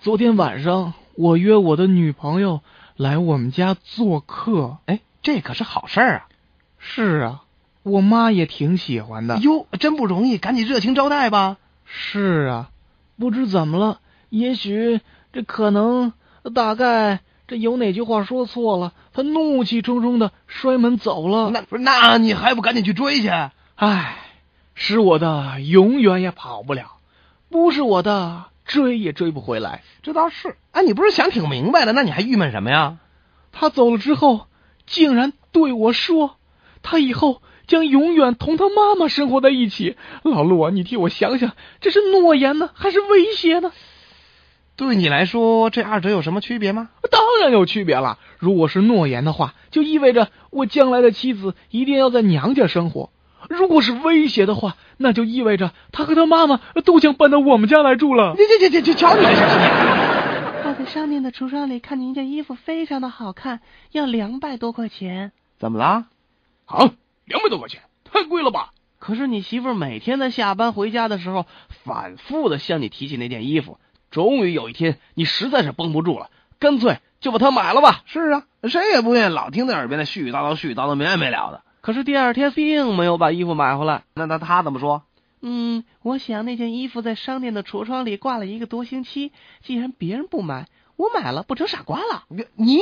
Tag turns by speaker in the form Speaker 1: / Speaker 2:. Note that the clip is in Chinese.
Speaker 1: 昨天晚上我约我的女朋友来我们家做客。
Speaker 2: 哎，这可是好事儿啊！
Speaker 1: 是啊，我妈也挺喜欢的。
Speaker 2: 哟，真不容易，赶紧热情招待吧。
Speaker 1: 是啊，不知怎么了，也许这可能大概这有哪句话说错了，他怒气冲冲的摔门走了。
Speaker 2: 那不是那你还不赶紧去追去？
Speaker 1: 唉，是我的永远也跑不了，不是我的追也追不回来。
Speaker 2: 这倒是。哎，你不是想挺明白了，那你还郁闷什么呀？
Speaker 1: 他走了之后，竟然对我说，他以后将永远同他妈妈生活在一起。老陆啊，你替我想想，这是诺言呢，还是威胁呢？
Speaker 2: 对你来说，这二者有什么区别吗？
Speaker 1: 当然有区别了。如果是诺言的话，就意味着我将来的妻子一定要在娘家生活；如果是威胁的话，那就意味着他和他妈妈都将搬到我们家来住了。
Speaker 2: 这这这这这，瞧你这是！
Speaker 3: 我在商店的橱窗里看见一件衣服，非常的好看，要两百多块钱。
Speaker 2: 怎么啦？
Speaker 4: 好，两百多块钱，太贵了吧？
Speaker 2: 可是你媳妇儿每天在下班回家的时候，反复的向你提起那件衣服。终于有一天，你实在是绷不住了，干脆就把它买了吧。是啊，谁也不愿意老听在耳边的絮絮叨叨、絮絮叨叨没完没了的。可是第二天并没有把衣服买回来。那那他怎么说？
Speaker 3: 嗯，我想那件衣服在商店的橱窗里挂了一个多星期，既然别人不买，我买了不成傻瓜了？
Speaker 2: 你。